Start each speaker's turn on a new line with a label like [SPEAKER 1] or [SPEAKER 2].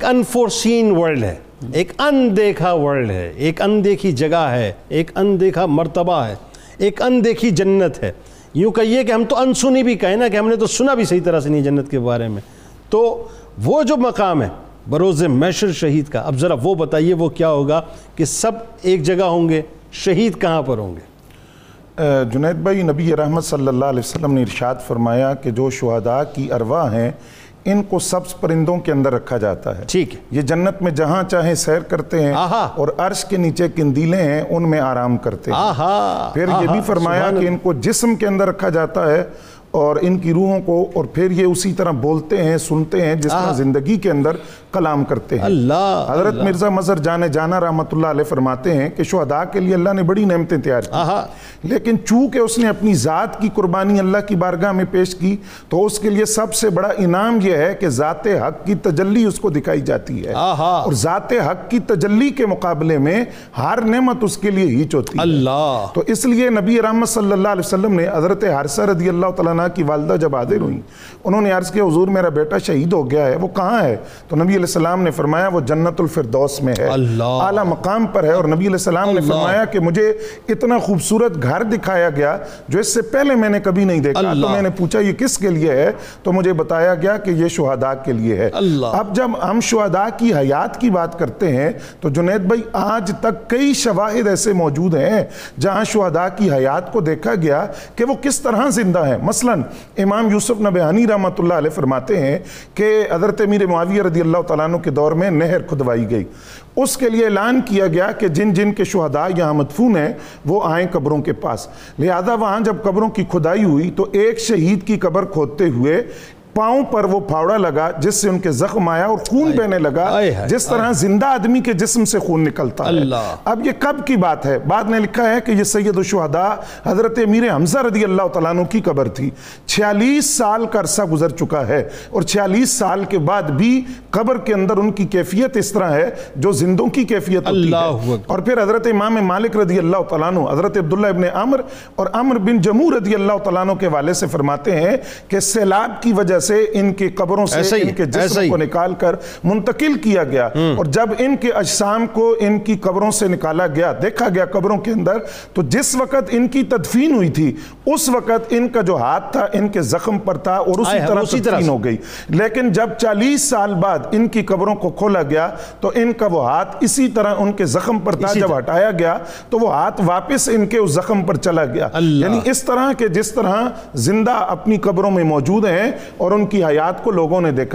[SPEAKER 1] ایک unforeseen world ہے ایک اندیکھا ورلڈ ہے ایک اندیکھی جگہ ہے ایک اندیکھا مرتبہ ہے ایک اندیکھی جنت ہے یوں کہیے کہ ہم تو انسنی بھی کہیں نا کہ ہم نے تو سنا بھی صحیح طرح سے نہیں جنت کے بارے میں تو وہ جو مقام ہے بروز محشر شہید کا اب ذرا وہ بتائیے وہ کیا ہوگا کہ سب ایک جگہ ہوں گے شہید کہاں پر ہوں گے
[SPEAKER 2] جنید بھائی نبی رحمت صلی اللہ علیہ وسلم نے ارشاد فرمایا کہ جو شہداء کی ارواح ہیں ان کو سبز پرندوں کے اندر رکھا جاتا ہے
[SPEAKER 1] ٹھیک ہے
[SPEAKER 2] یہ جنت میں جہاں چاہے سیر کرتے ہیں
[SPEAKER 1] آہا۔
[SPEAKER 2] اور عرش کے نیچے کندیلیں ہیں ان میں آرام کرتے ہیں
[SPEAKER 1] آہا
[SPEAKER 2] پھر یہ بھی فرمایا کہ ان کو جسم کے اندر رکھا جاتا ہے اور ان کی روحوں کو اور پھر یہ اسی طرح بولتے ہیں سنتے ہیں جس طرح زندگی کے اندر کلام کرتے ہیں
[SPEAKER 1] اللہ
[SPEAKER 2] حضرت مرزا مظہر جان جانا رحمت اللہ علیہ فرماتے ہیں کہ شہداء کے لیے اللہ نے بڑی نعمتیں تیار کی
[SPEAKER 1] آہا
[SPEAKER 2] لیکن چونکہ اس نے اپنی ذات کی قربانی اللہ کی بارگاہ میں پیش کی تو اس کے لیے سب سے بڑا انعام یہ ہے کہ ذات حق کی تجلی اس کو دکھائی جاتی ہے
[SPEAKER 1] آہا
[SPEAKER 2] اور ذات حق کی تجلی کے مقابلے میں ہر نعمت اس کے لیے ہیچ ہوتی ہے
[SPEAKER 1] اللہ
[SPEAKER 2] تو اس لیے نبی رحمت صلی اللہ علیہ وسلم نے حضرت حارثہ رضی اللہ تعالیٰ عنہ کی والدہ جب حاضر ہوئیں انہوں نے عرض کیا حضور میرا بیٹا شہید ہو گیا ہے وہ کہاں ہے تو نبی علیہ السلام نے فرمایا وہ جنت الفردوس میں ہے
[SPEAKER 1] اللہ
[SPEAKER 2] اعلیٰ مقام پر ہے اور نبی علیہ السلام نے فرمایا کہ مجھے اتنا خوبصورت گھر دکھایا گیا جو اس سے پہلے میں نے کبھی نہیں دیکھا
[SPEAKER 1] اللہ
[SPEAKER 2] تو میں نے پوچھا یہ کس کے لیے ہے تو مجھے بتایا گیا کہ یہ شہداء کے لیے ہے
[SPEAKER 1] اللہ
[SPEAKER 2] اب جب ہم شہداء کی حیات کی بات کرتے ہیں تو جنید بھائی آج تک کئی شواہد ایسے موجود ہیں جہاں شہداء کی حیات کو دیکھا گیا کہ وہ کس طرح زندہ ہیں مثلا امام یوسف نبیانی رحمۃ اللہ علیہ فرماتے ہیں کہ حضرت امیر معاویہ رضی اللہ تعالیٰ عنہ کے دور میں نہر کھدوائی گئی اس کے لیے اعلان کیا گیا کہ جن جن کے شہداء یہاں مدفون ہیں وہ آئیں قبروں کے پاس لہذا وہاں جب قبروں کی کھدائی ہوئی تو ایک شہید کی قبر کھودتے ہوئے پاؤں پر وہ پھاوڑا لگا جس سے ان کے زخم آیا اور خون بہنے لگا
[SPEAKER 1] آئے ہائے،
[SPEAKER 2] جس طرح زندہ آدمی کے جسم سے خون نکلتا ہے
[SPEAKER 1] اللہ
[SPEAKER 2] اب یہ کب کی بات ہے بعد نے لکھا ہے کہ یہ سید الشہداء حضرت امیر حمزہ رضی اللہ تعالیٰ عنہ کی قبر تھی چھیالیس سال کا عرصہ گزر چکا ہے اور چھیالیس سال کے بعد بھی قبر کے اندر ان کی کیفیت اس طرح ہے جو زندوں کی کیفیت ہوتی
[SPEAKER 1] اللہ
[SPEAKER 2] ہے
[SPEAKER 1] اکبر۔
[SPEAKER 2] اور پھر حضرت امام مالک رضی اللہ تعالیٰ عنہ حضرت عبداللہ ابن عمر اور عمر بن جمور رضی اللہ تعالیٰ عنہ کے والے سے فرماتے ہیں کہ سیلاب کی وجہ سے ان کی قبروں
[SPEAKER 1] ایسا
[SPEAKER 2] سے
[SPEAKER 1] ہی ہے،
[SPEAKER 2] ان کے
[SPEAKER 1] ایسا
[SPEAKER 2] جسم
[SPEAKER 1] ہی
[SPEAKER 2] کو
[SPEAKER 1] ہے۔
[SPEAKER 2] نکال کر منتقل کیا گیا اور جب ان کے اجسام کو ان کی قبروں سے نکالا گیا دیکھا گیا قبروں کے اندر تو جس وقت ان کی تدفین ہوئی تھی اس وقت ان کا جو ہاتھ تھا ان کے زخم پر تھا اور
[SPEAKER 1] آئے
[SPEAKER 2] اسی
[SPEAKER 1] ہاں،
[SPEAKER 2] طرح
[SPEAKER 1] اسی طرح
[SPEAKER 2] تدفین
[SPEAKER 1] سے۔
[SPEAKER 2] ہو گئی لیکن جب چالیس سال بعد ان کی قبروں کو کھولا گیا تو ان کا وہ ہاتھ اسی طرح ان کے زخم پر تھا
[SPEAKER 1] اسی
[SPEAKER 2] جب
[SPEAKER 1] طرح۔
[SPEAKER 2] ہٹایا گیا تو وہ ہاتھ واپس ان کے اس زخم پر چلا گیا
[SPEAKER 1] اللہ۔
[SPEAKER 2] یعنی اس طرح کہ جس طرح زندہ اپنی قبروں میں موجود ہیں اور ان کی حیات کو لوگوں نے دیکھا